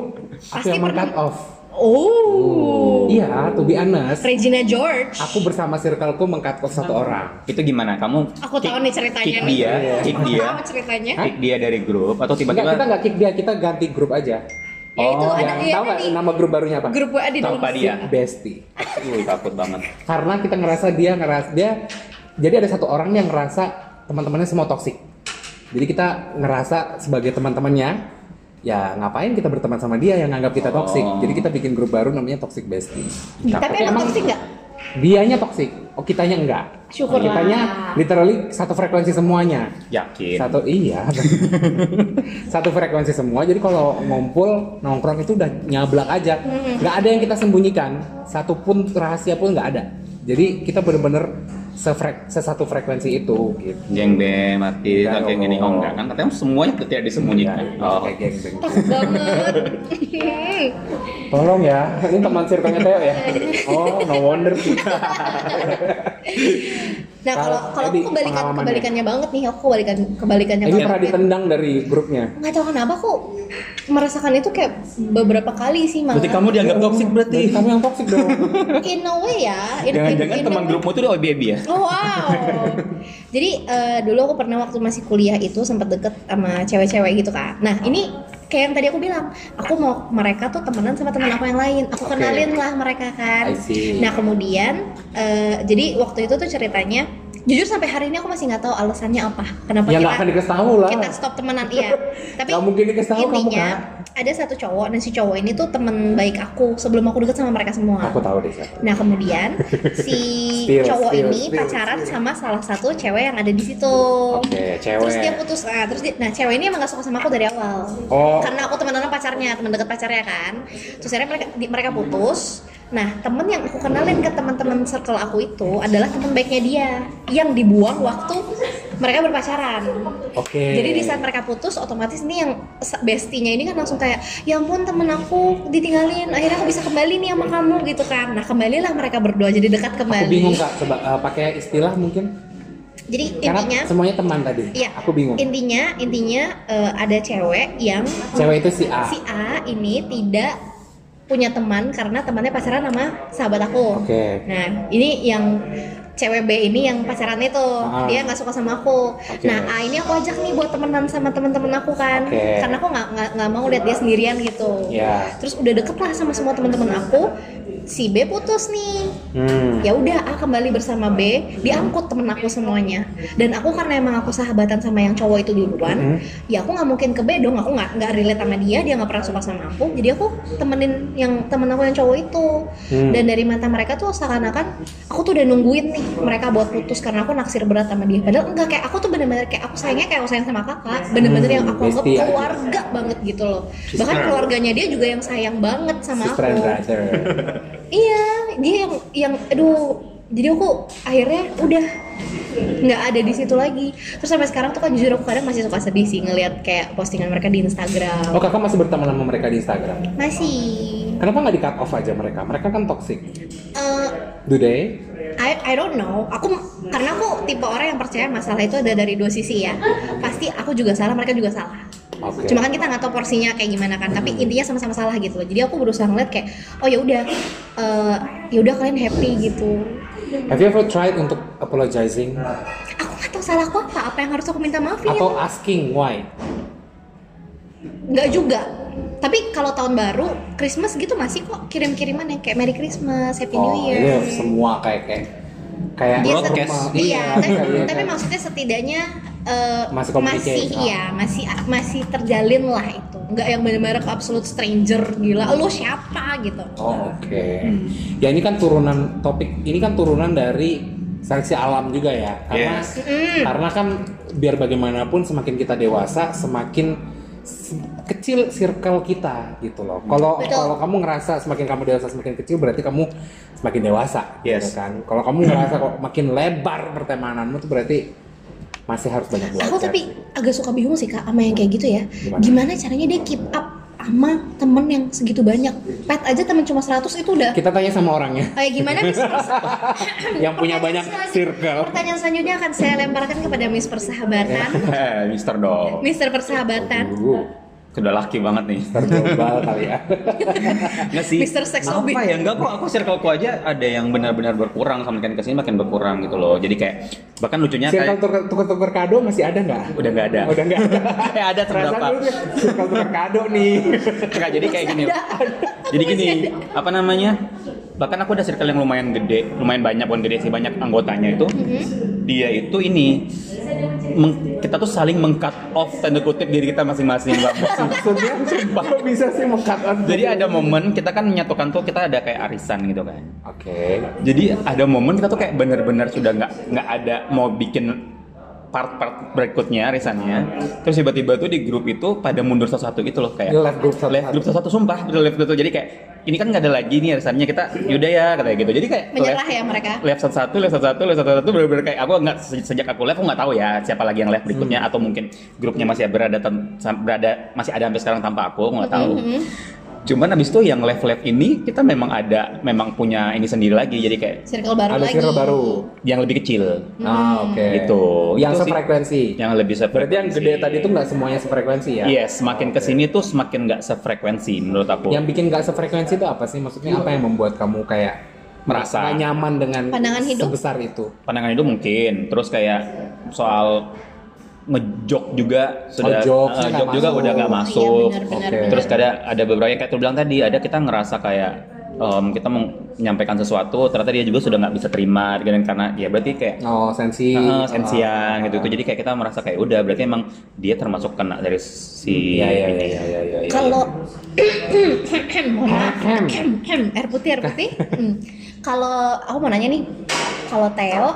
Speaker 3: aku
Speaker 1: Pasti
Speaker 3: yang
Speaker 1: pernah.
Speaker 3: cut off.
Speaker 1: Oh.
Speaker 3: Iya, to be honest.
Speaker 1: Regina George.
Speaker 3: Aku bersama circleku mengkat off satu orang.
Speaker 2: Itu gimana? Kamu
Speaker 1: Aku tahu nih ceritanya
Speaker 2: kick
Speaker 1: nih.
Speaker 2: dia,
Speaker 3: Iya.
Speaker 2: kick
Speaker 1: Aku
Speaker 2: dia,
Speaker 1: tahu ceritanya.
Speaker 2: kick dia dari grup atau
Speaker 3: Enggak, kita
Speaker 2: tiba-tiba
Speaker 3: nggak kick dia, kita ganti grup aja.
Speaker 1: Ya itu
Speaker 3: Oh,
Speaker 1: ada
Speaker 3: yang
Speaker 1: ya
Speaker 3: tahu nggak
Speaker 1: tadi
Speaker 3: nama grup barunya apa?
Speaker 1: grup WA di dalam.
Speaker 2: tanpa dia.
Speaker 3: Bestie.
Speaker 2: Wih, takut banget.
Speaker 3: Karena kita ngerasa dia ngerasa dia jadi ada satu orang yang ngerasa teman-temannya semua toksik. Jadi kita ngerasa sebagai teman-temannya ya ngapain kita berteman sama dia yang nganggap kita toksik.
Speaker 2: Oh.
Speaker 3: Jadi kita bikin grup baru namanya Toxic Bestie.
Speaker 1: Tapi emang toksik nggak?
Speaker 3: Dianya toksik, oh kitanya enggak.
Speaker 1: Syukurlah.
Speaker 3: Kitanya literally satu frekuensi semuanya.
Speaker 2: Yakin.
Speaker 3: Satu iya. satu frekuensi semua. Jadi kalau ngumpul nongkrong itu udah nyablak aja. nggak ada yang kita sembunyikan. Satu pun rahasia pun nggak ada. Jadi kita bener-bener sefrek sesatu frekuensi itu gitu.
Speaker 2: Geng bem, mati,
Speaker 3: Enggak Iya,
Speaker 2: kayak gini,
Speaker 3: dong.
Speaker 2: oh enggak kan? Katanya semuanya tidak disembunyikan. Oh,
Speaker 3: Ya, Kayak geng-geng.
Speaker 1: Toksik banget. Hmm.
Speaker 3: Tolong ya, ini teman circle-nya Theo ya. Oh, no wonder sih.
Speaker 1: nah kalau kalau aku
Speaker 3: Edi,
Speaker 1: kebalikan
Speaker 3: pengalamannya.
Speaker 1: kebalikannya banget nih, aku kebalikan kebalikannya
Speaker 3: Ini
Speaker 1: banget.
Speaker 3: pernah ditendang dari grupnya.
Speaker 1: nggak tahu kenapa aku merasakan itu kayak beberapa kali sih malah
Speaker 2: berarti kamu dianggap toksik berarti.
Speaker 3: Berarti kamu yang toksik dong.
Speaker 1: in a way ya in-
Speaker 2: Jangan-jangan
Speaker 1: in a
Speaker 2: teman
Speaker 1: way.
Speaker 2: grupmu itu udah OBB ya?
Speaker 1: Oh, wow jadi eh, dulu aku pernah waktu masih kuliah itu sempat deket sama cewek-cewek gitu kan nah ini kayak yang tadi aku bilang aku mau mereka tuh temenan sama teman aku yang lain aku
Speaker 3: Oke.
Speaker 1: kenalin lah mereka kan
Speaker 3: I see.
Speaker 1: nah kemudian eh, jadi waktu itu tuh ceritanya jujur sampai hari ini aku masih nggak tahu alasannya apa kenapa kita
Speaker 3: Ya nggak akan dikasih tahu lah.
Speaker 1: kita stop temenan iya tapi
Speaker 3: Nggak mungkin dikasih tahu kamu,
Speaker 1: intinya
Speaker 3: Kak.
Speaker 1: ada satu cowok dan si cowok ini tuh temen baik aku sebelum aku deket sama mereka semua
Speaker 3: Aku tahu deh. siapa.
Speaker 1: nah kemudian si
Speaker 3: Spill,
Speaker 1: cowok
Speaker 3: spill,
Speaker 1: ini
Speaker 3: spill,
Speaker 1: pacaran
Speaker 3: spill.
Speaker 1: sama salah satu cewek yang ada di situ
Speaker 3: Oke,
Speaker 1: terus dia
Speaker 3: cewek.
Speaker 1: putus nah, terus dia, nah cewek ini emang gak suka sama aku dari awal
Speaker 3: Oh.
Speaker 1: karena aku temenan sama pacarnya teman dekat pacarnya kan terus akhirnya mereka di- mereka putus nah temen yang aku kenalin ke teman-teman circle aku itu adalah teman baiknya dia yang dibuang waktu mereka berpacaran
Speaker 3: Oke.
Speaker 1: jadi di saat mereka putus, otomatis nih yang se- bestinya ini kan langsung kayak, ya ampun temen aku ditinggalin, akhirnya aku bisa kembali nih sama kamu gitu kan. Nah kembalilah mereka berdua jadi dekat kembali.
Speaker 3: Aku bingung kak, seba- eh, pakai istilah mungkin
Speaker 1: Jadi
Speaker 3: karena
Speaker 1: intinya,
Speaker 3: semuanya teman tadi.
Speaker 1: iya.
Speaker 3: Aku bingung.
Speaker 1: Intinya, intinya eh, ada cewek yang
Speaker 3: Cewek itu si A.
Speaker 1: si A ini tidak punya teman karena temannya pacaran sama sahabat aku.
Speaker 3: Oke.
Speaker 1: Nah, ini yang cewek B ini yang pacarannya tuh,
Speaker 3: Ah.
Speaker 1: dia nggak suka sama aku.
Speaker 3: Oke.
Speaker 1: Nah, A ini aku ajak nih buat temenan sama teman-teman aku kan,
Speaker 3: Oke.
Speaker 1: karena aku nggak nggak- nggak mau lihat dia sendirian gitu.
Speaker 3: Ya.
Speaker 1: Terus udah deket lah sama semua teman-teman aku, si B putus nih.
Speaker 3: Hmm.
Speaker 1: Ya udah, A kembali bersama B, diangkut temen aku semuanya. Dan aku karena emang aku sahabatan sama yang cowok itu
Speaker 3: Hmm.
Speaker 1: duluan, ya aku nggak mungkin ke B dong, aku nggak nggak relate sama dia, dia nggak pernah suka sama aku. Jadi aku temenin yang temen aku yang cowok itu.
Speaker 3: Hmm.
Speaker 1: Dan dari mata mereka tuh seakan-akan aku tuh udah nungguin nih mereka buat putus karena aku naksir berat sama dia. Padahal enggak kayak aku tuh bener-bener kayak aku sayangnya kayak aku sayang sama kakak, bener-bener
Speaker 3: Hmm,
Speaker 1: yang aku anggap
Speaker 3: bestie aja.
Speaker 1: keluarga banget gitu loh. Bahkan keluarganya dia juga yang sayang banget sama
Speaker 3: Sister and
Speaker 1: aku
Speaker 3: brother.
Speaker 1: iya dia yang yang aduh jadi aku akhirnya udah nggak ada di situ lagi terus sampai sekarang tuh kan jujur aku kadang masih suka sedih sih ngelihat kayak postingan mereka di Instagram
Speaker 3: Oh kakak masih berteman sama mereka di Instagram.
Speaker 1: masih
Speaker 3: Kenapa nggak di cut off aja mereka? Mereka kan toxic.
Speaker 1: eh,
Speaker 3: Do they?
Speaker 1: I I don't know. Aku karena aku tipe orang yang percaya masalah itu ada dari dua sisi ya. Pasti aku juga salah, mereka juga salah.
Speaker 3: Oke.
Speaker 1: Cuma kan kita nggak tahu porsinya kayak gimana kan. Tapi intinya sama-sama salah gitu loh. Jadi aku berusaha ngeliat kayak, oh ya udah, eh, ya udah kalian happy gitu.
Speaker 3: Have you ever tried untuk apologizing
Speaker 1: Aku nggak tahu salahku apa, apa yang harus aku minta maafin.
Speaker 3: atau asking why?
Speaker 1: nggak juga tapi kalau tahun baru Christmas gitu masih kok kirim-kiriman yang kayak Merry Christmas, Happy New
Speaker 3: Oh,
Speaker 1: Year.
Speaker 3: ini semua kayak kayak kayak
Speaker 1: Dia set-
Speaker 2: broadcast.
Speaker 1: Iya, tapi,
Speaker 3: kayak-
Speaker 1: tapi maksudnya setidaknya eh, masih
Speaker 3: Masih communicate, ah.
Speaker 1: iya, masih masih terjalin lah itu. nggak yang benar-benar ke absolute stranger gila lu siapa gitu
Speaker 3: Oh, oke. Ya ini kan turunan topik, ini kan turunan dari seleksi alam juga ya. Karena
Speaker 2: Yes.
Speaker 1: Mm.
Speaker 3: karena kan biar bagaimanapun semakin kita dewasa, semakin se- kecil circle kita gitu loh. Kalau
Speaker 1: Betul.
Speaker 3: kalau kamu ngerasa semakin kamu dewasa semakin kecil berarti kamu semakin dewasa gitu
Speaker 2: Yes.
Speaker 3: kan. Kalau kamu ngerasa kok makin lebar pertemananmu tuh berarti masih harus banyak belajar.
Speaker 1: aku tapi agak suka bingung sih kak sama yang kayak gitu ya
Speaker 3: Gimana?
Speaker 1: gimana caranya dia keep up sama temen yang segitu banyak pet aja temen cuma 100 itu udah
Speaker 3: kita tanya sama orangnya
Speaker 1: kayak gimana Miss Pers?
Speaker 3: yang punya banyak
Speaker 1: Pertanyaan selanjutnya-
Speaker 3: circle.
Speaker 1: Pertanyaan selanjutnya akan saya lemparkan kepada Miss Persahabatan,
Speaker 3: Ya.
Speaker 2: Eh, Mister dong.
Speaker 1: Mister Persahabatan,
Speaker 3: Uh,
Speaker 2: Sudah laki banget nih.
Speaker 3: global kali ya.
Speaker 2: Nggak sih.
Speaker 1: Mr. Sex
Speaker 2: Apa
Speaker 1: Obit.
Speaker 2: ya? Enggak kok. Aku circleku aja ada yang benar-benar berkurang sama makin kesini makin berkurang gitu loh. Jadi kayak bahkan lucunya
Speaker 3: Circle
Speaker 2: kayak
Speaker 3: tuker- tuker-tuker kado masih ada nggak?
Speaker 2: udah nggak ada.
Speaker 3: Udah nggak ada.
Speaker 2: Eh ada
Speaker 3: Perasaan
Speaker 2: terberapa?
Speaker 3: dulu tuh circle tuker kado nih.
Speaker 2: Enggak, jadi kayak gini. Jadi gini, apa namanya? Bahkan aku ada circle yang lumayan gede, lumayan banyak bukan gede sih, banyak anggotanya itu. Dia itu ini meng- kita tuh saling meng-cut off tanda kutip diri kita masing-masing. Mbak.
Speaker 3: Maksudnya kok bisa sih meng-cut out?
Speaker 2: jadi ada momen kita kan menyatukan tuh kita ada kayak arisan gitu kan.
Speaker 3: Oke.
Speaker 2: Jadi ada momen kita tuh kayak bener-bener sudah nggak nggak ada mau bikin part-part berikutnya arisannya. Terus tiba-tiba tuh di grup itu pada mundur satu-satu gitu loh kayak.
Speaker 3: Ini live group satu.
Speaker 2: Live grup satu-satu sumpah betul live grup satu. jadi kayak ini kan nggak ada lagi nih rasanya kita yaudah ya katanya gitu jadi kayak
Speaker 1: menyerah
Speaker 2: live-
Speaker 1: ya mereka.
Speaker 2: live satu-satu live satu-satu live satu-satu bener-bener kayak aku nggak se- sejak aku live aku nggak tahu ya siapa lagi yang live berikutnya
Speaker 3: Hmm.
Speaker 2: atau mungkin grupnya masih berada tan- sam- berada masih ada sampai sekarang tanpa aku aku nggak tahu
Speaker 1: Mhm.
Speaker 3: Hmm.
Speaker 2: cuman abis itu yang live live ini kita memang ada memang punya ini sendiri lagi jadi kayak
Speaker 1: Circle baru
Speaker 3: Ada
Speaker 1: lagi. Hmm.
Speaker 3: circle baru.
Speaker 2: yang lebih kecil
Speaker 3: Ah, oke.
Speaker 2: Gitu.
Speaker 3: Yang
Speaker 2: Itu sih.
Speaker 3: sefrekuensi.
Speaker 2: yang lebih Iya, sefrekuensi.
Speaker 3: Berarti yang gede tadi tuh nggak semuanya sefrekuensi ya?
Speaker 2: Yes, makin kesini tuh semakin nggak sefrekuensi menurut aku.
Speaker 3: Yang bikin nggak sefrekuensi itu apa sih? Maksudnya apa yang membuat kamu kayak
Speaker 2: Merasa.
Speaker 3: nggak nyaman dengan
Speaker 1: Pandangan hidup?
Speaker 3: sebesar itu?
Speaker 2: pandangan itu mungkin terus kayak soal ngejok juga sudah eh,
Speaker 3: jokesnya nggak
Speaker 2: jok juga
Speaker 3: masuk.
Speaker 2: udah nggak
Speaker 1: Iya,
Speaker 2: masuk
Speaker 1: benar,
Speaker 3: Oke.
Speaker 1: benar,
Speaker 2: terus
Speaker 1: benar.
Speaker 2: ada ada beberapa yang kayak tuh bilang tadi ada kita ngerasa kayak em, kita meng- menyampaikan sesuatu ternyata dia juga sudah nggak bisa terima dan karena ya berarti kayak
Speaker 3: Oh, sensi.
Speaker 2: eh, sensian gitu jadi kayak kita merasa kayak udah berarti emang dia termasuk kena dari si
Speaker 3: Iya, iya,
Speaker 2: ini.
Speaker 3: iya, iya, iya. iya.
Speaker 1: Kalau Mohon maaf.
Speaker 3: Ahem.
Speaker 1: air putih air putih. Hmm. Kalau aku mau nanya nih, kalau Theo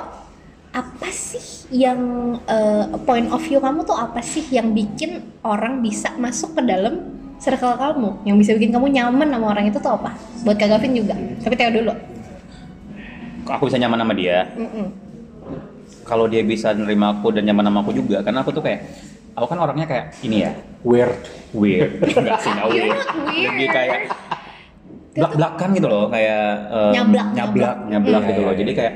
Speaker 1: apa sih yang eh, point of view kamu tuh apa sih yang bikin orang bisa masuk ke dalam circle kamu yang bisa bikin kamu nyaman sama orang itu tuh apa? Buat Kak Gavin juga. Tapi Theo dulu.
Speaker 2: aku bisa nyaman sama dia
Speaker 1: Mm-mm.
Speaker 2: kalau dia bisa nerima aku dan nyaman sama aku juga karena aku tuh kayak aku kan orangnya kayak ini ya
Speaker 3: Weird.
Speaker 2: weird nggak sih nggak
Speaker 1: You're
Speaker 2: weird
Speaker 1: not
Speaker 2: lebih
Speaker 1: weird.
Speaker 2: kayak belak belakan gitu loh kayak em,
Speaker 1: Nyablak,
Speaker 2: nyablak nyablak
Speaker 3: Hmm.
Speaker 2: gitu
Speaker 3: Iya,
Speaker 2: loh
Speaker 3: iya,
Speaker 2: jadi kayak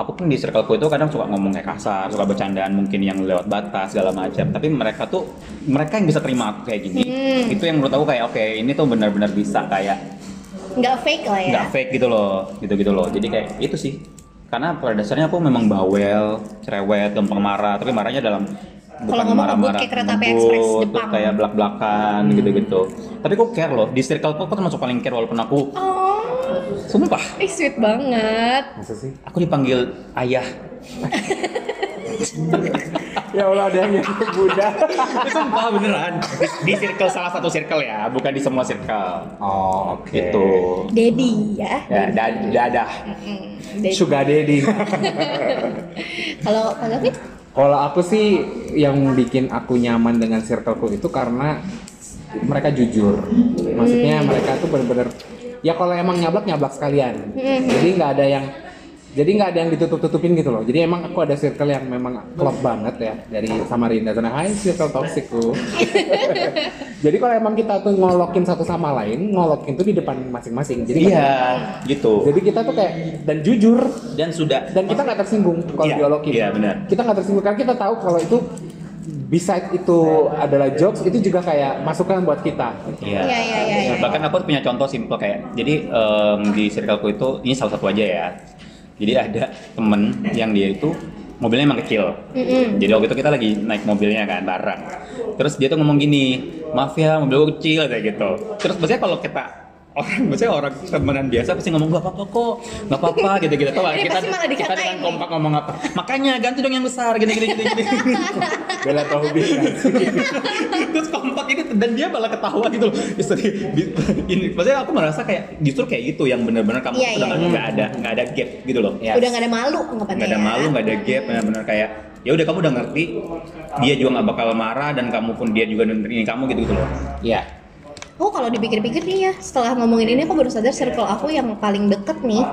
Speaker 2: aku pun di circleku itu kadang suka ngomong kayak kasar suka bercandaan mungkin yang lewat batas segala macam tapi mereka tuh mereka yang bisa terima aku kayak gini
Speaker 1: Hmm.
Speaker 2: itu yang menurut aku kayak oke ini tuh benar-benar bisa kayak
Speaker 1: Nggak fake lah ya.
Speaker 2: nggak fake gitu loh gitu gitu loh jadi kayak itu sih karena pada dasarnya aku memang bawel cerewet gampang marah tapi marahnya dalam bukan
Speaker 1: ngomong ngebut
Speaker 2: marah-marah
Speaker 1: kayak kereta api
Speaker 2: ngebut,
Speaker 1: ekspres
Speaker 2: terus
Speaker 1: Jepang. Hmm.
Speaker 2: kayak belak belakan gitu gitu tapi aku care loh di circle aku aku termasuk paling care walaupun aku
Speaker 1: Oh,
Speaker 2: sumpah
Speaker 1: eh, sweet banget.
Speaker 3: Masa sih?
Speaker 2: aku dipanggil ayah
Speaker 3: Ya Allah, ada yang nyebut Buddha.
Speaker 2: sumpah beneran di, di circle salah satu circle ya bukan di semua circle
Speaker 3: Oh, oke.
Speaker 2: gitu
Speaker 1: Dedi ya.
Speaker 2: ya da- dadah
Speaker 1: Mm-mm, Dedi.
Speaker 3: Sugar daddy.
Speaker 1: Kalau Kak Gavin?
Speaker 3: Kalau aku sih yang bikin aku nyaman dengan circleku itu karena mereka jujur. Maksudnya mereka tuh bener-bener ya kalau emang nyablak nyablak sekalian. Jadi nggak ada yang jadi nggak ada yang ditutup-tutupin gitu loh. Jadi emang aku ada circle yang memang klop banget ya dari Samarinda sana. Hai circle toksikku. jadi kalau emang kita tuh ngolokin satu sama lain, ngolokin tuh di depan masing-masing. Jadi
Speaker 2: iya gitu
Speaker 3: Jadi kita tuh kayak dan jujur
Speaker 2: dan sudah
Speaker 3: dan kita nggak tersinggung kalau
Speaker 2: Iya,
Speaker 3: diolokin
Speaker 2: iya, benar.
Speaker 3: kita nggak tersinggung karena kita tahu kalau itu beside itu adalah jokes itu juga kayak masukan buat kita
Speaker 2: Iya.
Speaker 1: Iya, iya, iya, iya.
Speaker 2: Bahkan aku punya contoh simple kayak, jadi em, di circleku itu ini salah satu aja ya. Jadi ada temen yang dia itu mobilnya emang kecil.
Speaker 1: Mm-mm.
Speaker 2: Jadi waktu itu kita lagi naik mobilnya kan bareng. Terus dia tuh ngomong gini, maaf ya mobil gue kecil kayak gitu. Terus biasanya kalau kita orang maksudnya orang temenan biasa pasti ngomong gak apa-apa kok gak apa-apa gitu gitu tau gak?
Speaker 1: Ini
Speaker 2: kita
Speaker 1: pasti malah
Speaker 2: kita
Speaker 1: dikatain
Speaker 2: dengan
Speaker 1: nih.
Speaker 2: kompak ngomong apa makanya ganti dong yang besar gitu gitu gitu, gitu.
Speaker 3: Bella tahu
Speaker 2: terus kompak itu dan dia malah ketawa gitu loh Ya, sorry. Di- ini maksudnya aku merasa kayak justru kayak gitu yang benar-benar kamu
Speaker 1: Iya,
Speaker 2: sudah
Speaker 1: iya,
Speaker 2: nggak ada nggak ada gap gitu loh
Speaker 1: udah nggak ada malu anggapannya
Speaker 2: nggak
Speaker 1: ya.
Speaker 2: ada malu nggak ada gap benar-benar kayak ya udah kamu udah ngerti dia juga nggak bakal marah dan kamu pun dia juga dengerin kamu gitu gitu loh
Speaker 5: Iya.
Speaker 1: Oh kalau dipikir-pikir nih ya, setelah ngomongin ini aku baru sadar circle aku yang paling deket nih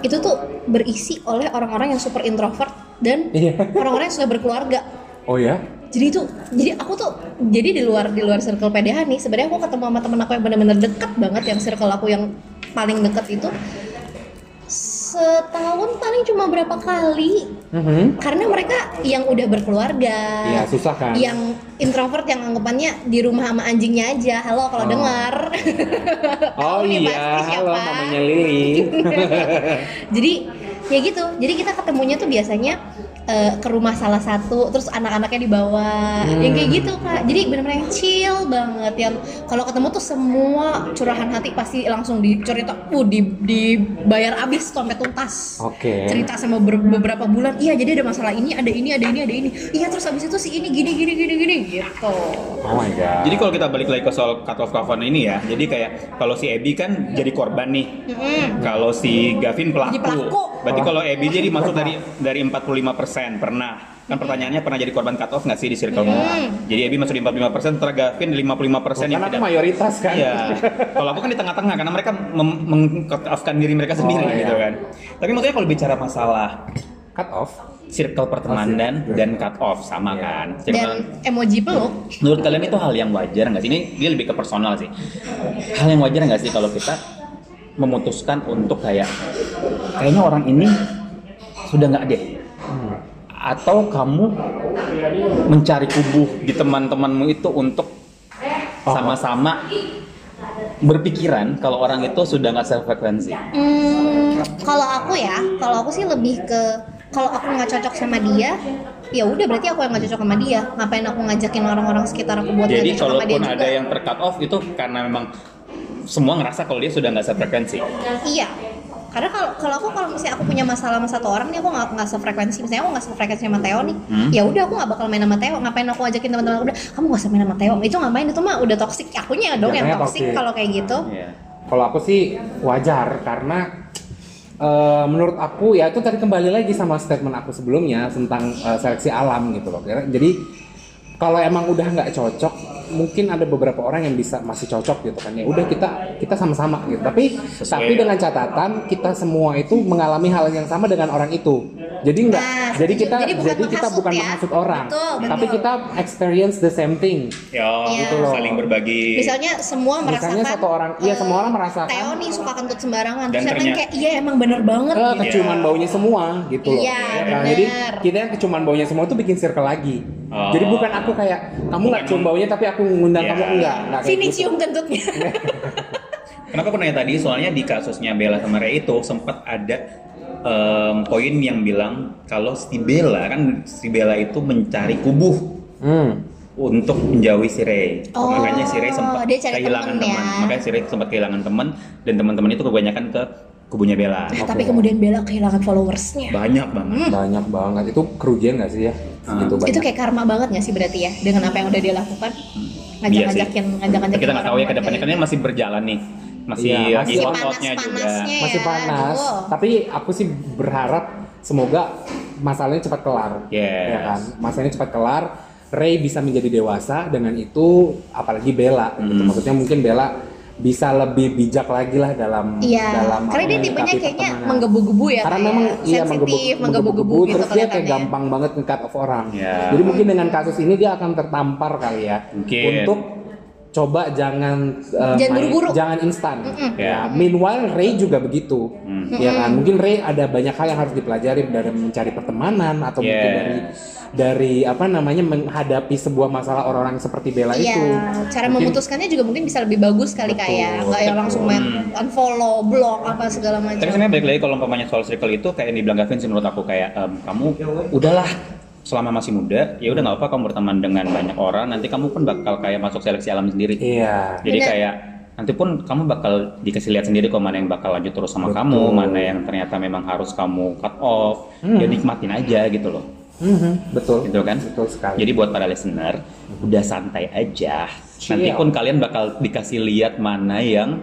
Speaker 1: Itu tuh berisi oleh orang-orang yang super introvert dan
Speaker 3: Iya.
Speaker 1: orang-orang yang sudah berkeluarga
Speaker 3: Oh ya?
Speaker 1: jadi itu jadi aku tuh jadi di luar di luar circle PDH nih sebenarnya aku ketemu sama temen aku yang benar-benar deket banget yang circle aku yang paling deket itu setahun paling cuma berapa kali karena mereka yang udah berkeluarga
Speaker 3: Iya, susah kan?
Speaker 1: yang introvert yang anggapannya di rumah sama anjingnya aja halo kalau
Speaker 3: Oh.
Speaker 1: dengar Tahu
Speaker 3: Oh
Speaker 1: nih
Speaker 3: iya,
Speaker 1: pasti
Speaker 3: halo
Speaker 1: siapa.
Speaker 3: namanya Lili.
Speaker 1: jadi ya gitu jadi kita ketemunya tuh biasanya eh, ke rumah salah satu terus anak-anaknya dibawa yang kayak gitu kak jadi benar-benar yang chill banget yang kalau ketemu tuh semua curahan hati pasti langsung dicerita uh di dibayar abis sampai tuntas
Speaker 3: Oke.
Speaker 1: cerita sama ber- beberapa bulan iya jadi ada masalah ini ada ini ada ini ada ini iya terus abis itu si ini gini gini gini gini gitu
Speaker 3: Oh my god.
Speaker 2: Jadi kalau kita balik lagi ke soal cut off cover ini ya, jadi kayak kalau si Ebi kan jadi korban nih. Kalau si Gavin pelaku.
Speaker 1: Jadi pelaku. Oh.
Speaker 2: Berarti kalau Ebi jadi masuk dari dari 45% pernah. Kan pertanyaannya pernah jadi korban cut off nggak sih di circle
Speaker 1: Hmm.
Speaker 2: Jadi Ebi masuk di 45%, sementara Gavin di 55% yang
Speaker 3: Karena aku
Speaker 2: tidak.
Speaker 3: mayoritas kan.
Speaker 2: Iya. Kalau aku kan di tengah-tengah karena mereka mem- meng-cut-off-kan diri mereka sendiri
Speaker 3: Oh, iya.
Speaker 2: gitu kan. Tapi maksudnya kalau bicara masalah
Speaker 3: Cut off.
Speaker 2: circle pertemanan dan cut off sama
Speaker 3: Iya.
Speaker 2: kan. Circle-
Speaker 1: dan emoji peluk
Speaker 2: Menurut kalian itu hal yang wajar nggak sih? Ini dia lebih ke personal sih. Hal yang wajar nggak sih kalau kita memutuskan untuk kayak kayaknya orang ini sudah nggak deh. Atau kamu mencari kubu di teman-temanmu itu untuk
Speaker 3: Oh.
Speaker 2: sama-sama berpikiran kalau orang itu sudah nggak sefrekuensi.
Speaker 1: Hmm, kalau aku ya, kalau aku sih lebih ke kalau aku nggak cocok sama dia, ya udah berarti aku yang nggak cocok sama dia. Ngapain aku ngajakin orang-orang sekitar aku buat
Speaker 2: Jadi
Speaker 1: nggak cocok sama dia
Speaker 2: kalaupun
Speaker 1: juga?
Speaker 2: ada yang tercut off itu karena memang semua ngerasa kalau dia sudah nggak sefrekuensi.
Speaker 1: Iya. Karena kalau kalau aku kalau misalnya aku punya masalah sama satu orang nih aku nggak nggak sefrekuensi, misalnya aku nggak sefrekuensi sama Theo nih,
Speaker 2: Hmm.
Speaker 1: ya udah aku nggak bakal main sama Theo. Ngapain aku ajakin teman-teman aku udah kamu nggak usah main sama Theo. Itu ngapain itu mah udah toksik. Akunya dong yang
Speaker 3: Jatuhnya
Speaker 1: toksik
Speaker 3: toxic.
Speaker 1: kalau kayak gitu.
Speaker 2: Iya.
Speaker 3: Kalau aku sih wajar karena eh, menurut aku ya itu tadi kembali lagi sama statement aku sebelumnya tentang eh, seleksi alam gitu loh. Kira- Jadi kalau emang udah nggak cocok, mungkin ada beberapa orang yang bisa masih cocok gitu kan ya. Udah kita kita sama-sama gitu. Tapi tapi dengan catatan kita semua itu mengalami hal yang sama dengan orang itu. Jadi nggak
Speaker 1: Nah,
Speaker 3: jadi
Speaker 1: setuju.
Speaker 3: kita
Speaker 1: Jadi
Speaker 3: jadi,
Speaker 1: bukan
Speaker 3: kita
Speaker 1: menghasut
Speaker 3: bukan
Speaker 1: ya.
Speaker 3: menghasut orang.
Speaker 1: Betul, betul.
Speaker 3: Tapi kita experience the same thing.
Speaker 2: Ya,
Speaker 1: Iya.
Speaker 2: saling berbagi.
Speaker 1: Misalnya semua merasakan
Speaker 3: Misalnya satu orang- iya,
Speaker 1: eh,
Speaker 3: semua orang merasakan.
Speaker 1: Theo nih suka kentut sembarangan.
Speaker 2: Dan
Speaker 1: Terus yang lain
Speaker 2: ternyata-
Speaker 1: kayak iya emang bener banget.
Speaker 3: Eh,
Speaker 1: gitu.
Speaker 3: kecuman baunya semua gitu loh.
Speaker 1: Iya,
Speaker 3: Ya kan? Jadi
Speaker 1: bener.
Speaker 3: kita yang kecuman baunya semua tuh bikin circle lagi.
Speaker 2: Oh.
Speaker 3: Jadi bukan aku kayak kamu nggak cium baunya tapi aku ngundang
Speaker 2: Iya.
Speaker 3: kamu enggak. enggak kayak
Speaker 1: Sini
Speaker 3: gitu.
Speaker 1: cium kentutnya.
Speaker 2: Kenapa aku nanya tadi? Soalnya di kasusnya Bella sama Ray itu sempat ada em, poin yang bilang kalau si Bella kan si Bella itu mencari kubu
Speaker 3: Hmm.
Speaker 2: untuk menjauhi si Ray.
Speaker 1: Oh,
Speaker 2: makanya si Ray sempat
Speaker 1: dia cari
Speaker 2: kehilangan
Speaker 1: temen ya.
Speaker 2: teman. Makanya si Ray sempat kehilangan teman dan teman-teman itu kebanyakan ke kubunya Bella.
Speaker 1: Nah, tapi kemudian Bella kehilangan followersnya.
Speaker 2: Banyak banget.
Speaker 1: Hmm,
Speaker 3: Banyak banget. Itu kerugian nggak sih ya?
Speaker 2: Ah.
Speaker 3: Segitu banyak. Hmm.
Speaker 1: Itu kayak karma banget gak sih berarti ya dengan apa yang udah dia lakukan?
Speaker 2: Iya sih.
Speaker 1: Ngajak-ngajakin, ngajak-ngajakin.
Speaker 2: Kita nggak tahu ya
Speaker 1: orang
Speaker 2: ke depannya
Speaker 1: buat
Speaker 2: kan ini masih berjalan nih. Masih
Speaker 3: Iya,
Speaker 2: lagi
Speaker 3: masih
Speaker 1: kayak-
Speaker 2: on
Speaker 1: Masih
Speaker 2: outnya juga.
Speaker 1: panas-panasnya ya.
Speaker 3: masih panas.
Speaker 1: aduh.
Speaker 3: Tapi aku sih berharap semoga masalahnya cepat kelar.
Speaker 2: Yes.
Speaker 3: Ya kan? Masalahnya cepat kelar. Ray bisa menjadi dewasa dengan itu apalagi Bella gitu. Maksudnya mungkin Bella bisa lebih bijak lagi lah dalam
Speaker 1: Iya.
Speaker 3: dalam
Speaker 1: Karena
Speaker 3: apa,
Speaker 1: dia tipenya
Speaker 3: menyikapi
Speaker 1: kayaknya
Speaker 3: pertemanan.
Speaker 1: menggebu-gebu ya.
Speaker 3: Karena
Speaker 1: kayak
Speaker 3: memang iya
Speaker 1: sensitif,
Speaker 3: menggebu-
Speaker 1: menggebu-gebu
Speaker 3: menggebu-gebu,
Speaker 1: gitu
Speaker 3: terus dia kayak
Speaker 1: kelihatannya.
Speaker 3: gampang banget nge-cut off orang.
Speaker 2: Iya.
Speaker 3: Jadi mungkin dengan kasus ini dia akan tertampar kali ya
Speaker 2: Mungkin.
Speaker 3: untuk coba jangan eh,
Speaker 1: Jangan
Speaker 3: main-
Speaker 1: buru-buru.
Speaker 3: jangan instan.
Speaker 2: Ya.
Speaker 3: Ya, meanwhile Ray juga begitu. Ya kan? Mungkin Ray ada banyak hal yang harus dipelajari dari mencari pertemanan atau mungkin
Speaker 2: Yes.
Speaker 3: dari dari apa namanya menghadapi sebuah masalah orang-orang seperti Bella
Speaker 1: Iya,
Speaker 3: itu.
Speaker 1: cara
Speaker 3: Mungkin-
Speaker 1: memutuskannya juga mungkin bisa lebih bagus kali
Speaker 3: Betul. Hmm.
Speaker 1: kayak nggak yang langsung main unfollow, block apa segala
Speaker 2: Tapi
Speaker 1: macam.
Speaker 2: sebenarnya balik lagi kalau umpamanya soal circle itu kayak yang dibilang Gavin sih menurut aku kayak em, kamu udahlah selama masih muda ya udah nggak apa kamu berteman dengan banyak orang nanti kamu pun bakal kayak masuk seleksi alam sendiri.
Speaker 3: Iya.
Speaker 2: Jadi
Speaker 1: Benar.
Speaker 2: kayak nanti pun kamu bakal dikasih lihat sendiri kok mana yang bakal lanjut terus sama kamu mana yang ternyata memang harus kamu cut off ya nikmatin aja gitu loh
Speaker 3: Mhm, betul
Speaker 2: gitu kan
Speaker 3: betul sekali
Speaker 2: jadi buat para listener udah santai aja
Speaker 3: Chill.
Speaker 2: nanti pun kalian bakal dikasih lihat mana yang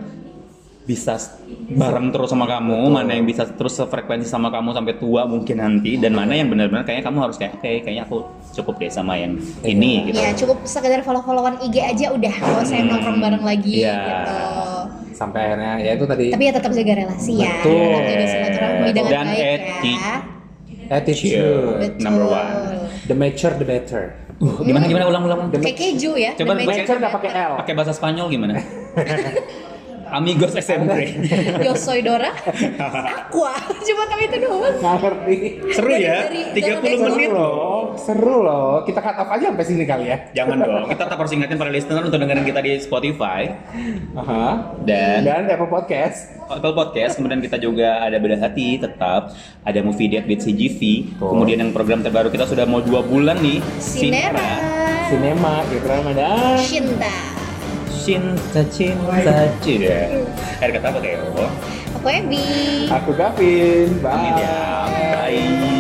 Speaker 2: bisa s- bareng terus sama kamu mana yang bisa terus sefrekuensi sama kamu sampai tua mungkin nanti dan mana yang benar-benar kayaknya kamu harus kayak "Oke, kayaknya aku cukup deh sama yang ini gitu
Speaker 1: Ya cukup sekedar follow-followan IG aja udah kalau saya
Speaker 3: Hmm.
Speaker 1: nongkrong bareng lagi
Speaker 2: Iya.
Speaker 1: gitu.
Speaker 3: sampai akhirnya ya itu tadi
Speaker 1: Tapi ya tetap jaga relasi ya.
Speaker 3: Betul.
Speaker 1: Tetap jaga silaturahmi dengan
Speaker 2: Dan
Speaker 1: baik
Speaker 2: eti-
Speaker 1: ya.
Speaker 3: Eh,
Speaker 2: Iya.
Speaker 3: attitude
Speaker 1: Betul.
Speaker 2: number one.
Speaker 3: the mature the better
Speaker 2: Uh, gimana gimana ulang ulang
Speaker 1: Kayak keju ya.
Speaker 2: Coba
Speaker 1: the
Speaker 2: baca-
Speaker 1: magic
Speaker 3: mature nggak pakai L
Speaker 2: pakai bahasa Spanyol gimana amigos SMP
Speaker 1: Yo soy Dora. Aqua. Cuma kami itu doang.
Speaker 3: nggak ngerti
Speaker 2: seru ya
Speaker 1: Dari- dari-
Speaker 2: 30
Speaker 1: dari-
Speaker 2: menit loh
Speaker 3: loh seru loh kita cut off aja sampai sini kali ya
Speaker 2: Jangan dong, kita tetap harus ingatin para listener untuk dengerin kita di Spotify
Speaker 3: Aha.
Speaker 2: dan
Speaker 3: dan Apple Podcast
Speaker 2: Apple Podcast. Kemudian kita juga ada Beda Hati tetap, ada Movie Date with CGV. Kemudian yang program terbaru kita sudah mau dua bulan nih,
Speaker 1: Sinera.
Speaker 3: Cinema Irama dan
Speaker 1: Cinta.
Speaker 2: Cinta Cinta Cinta. Air kata apa Teo?
Speaker 1: Aku Ebi.
Speaker 3: aku Gavin. Bye.
Speaker 2: Pamit ya, bye.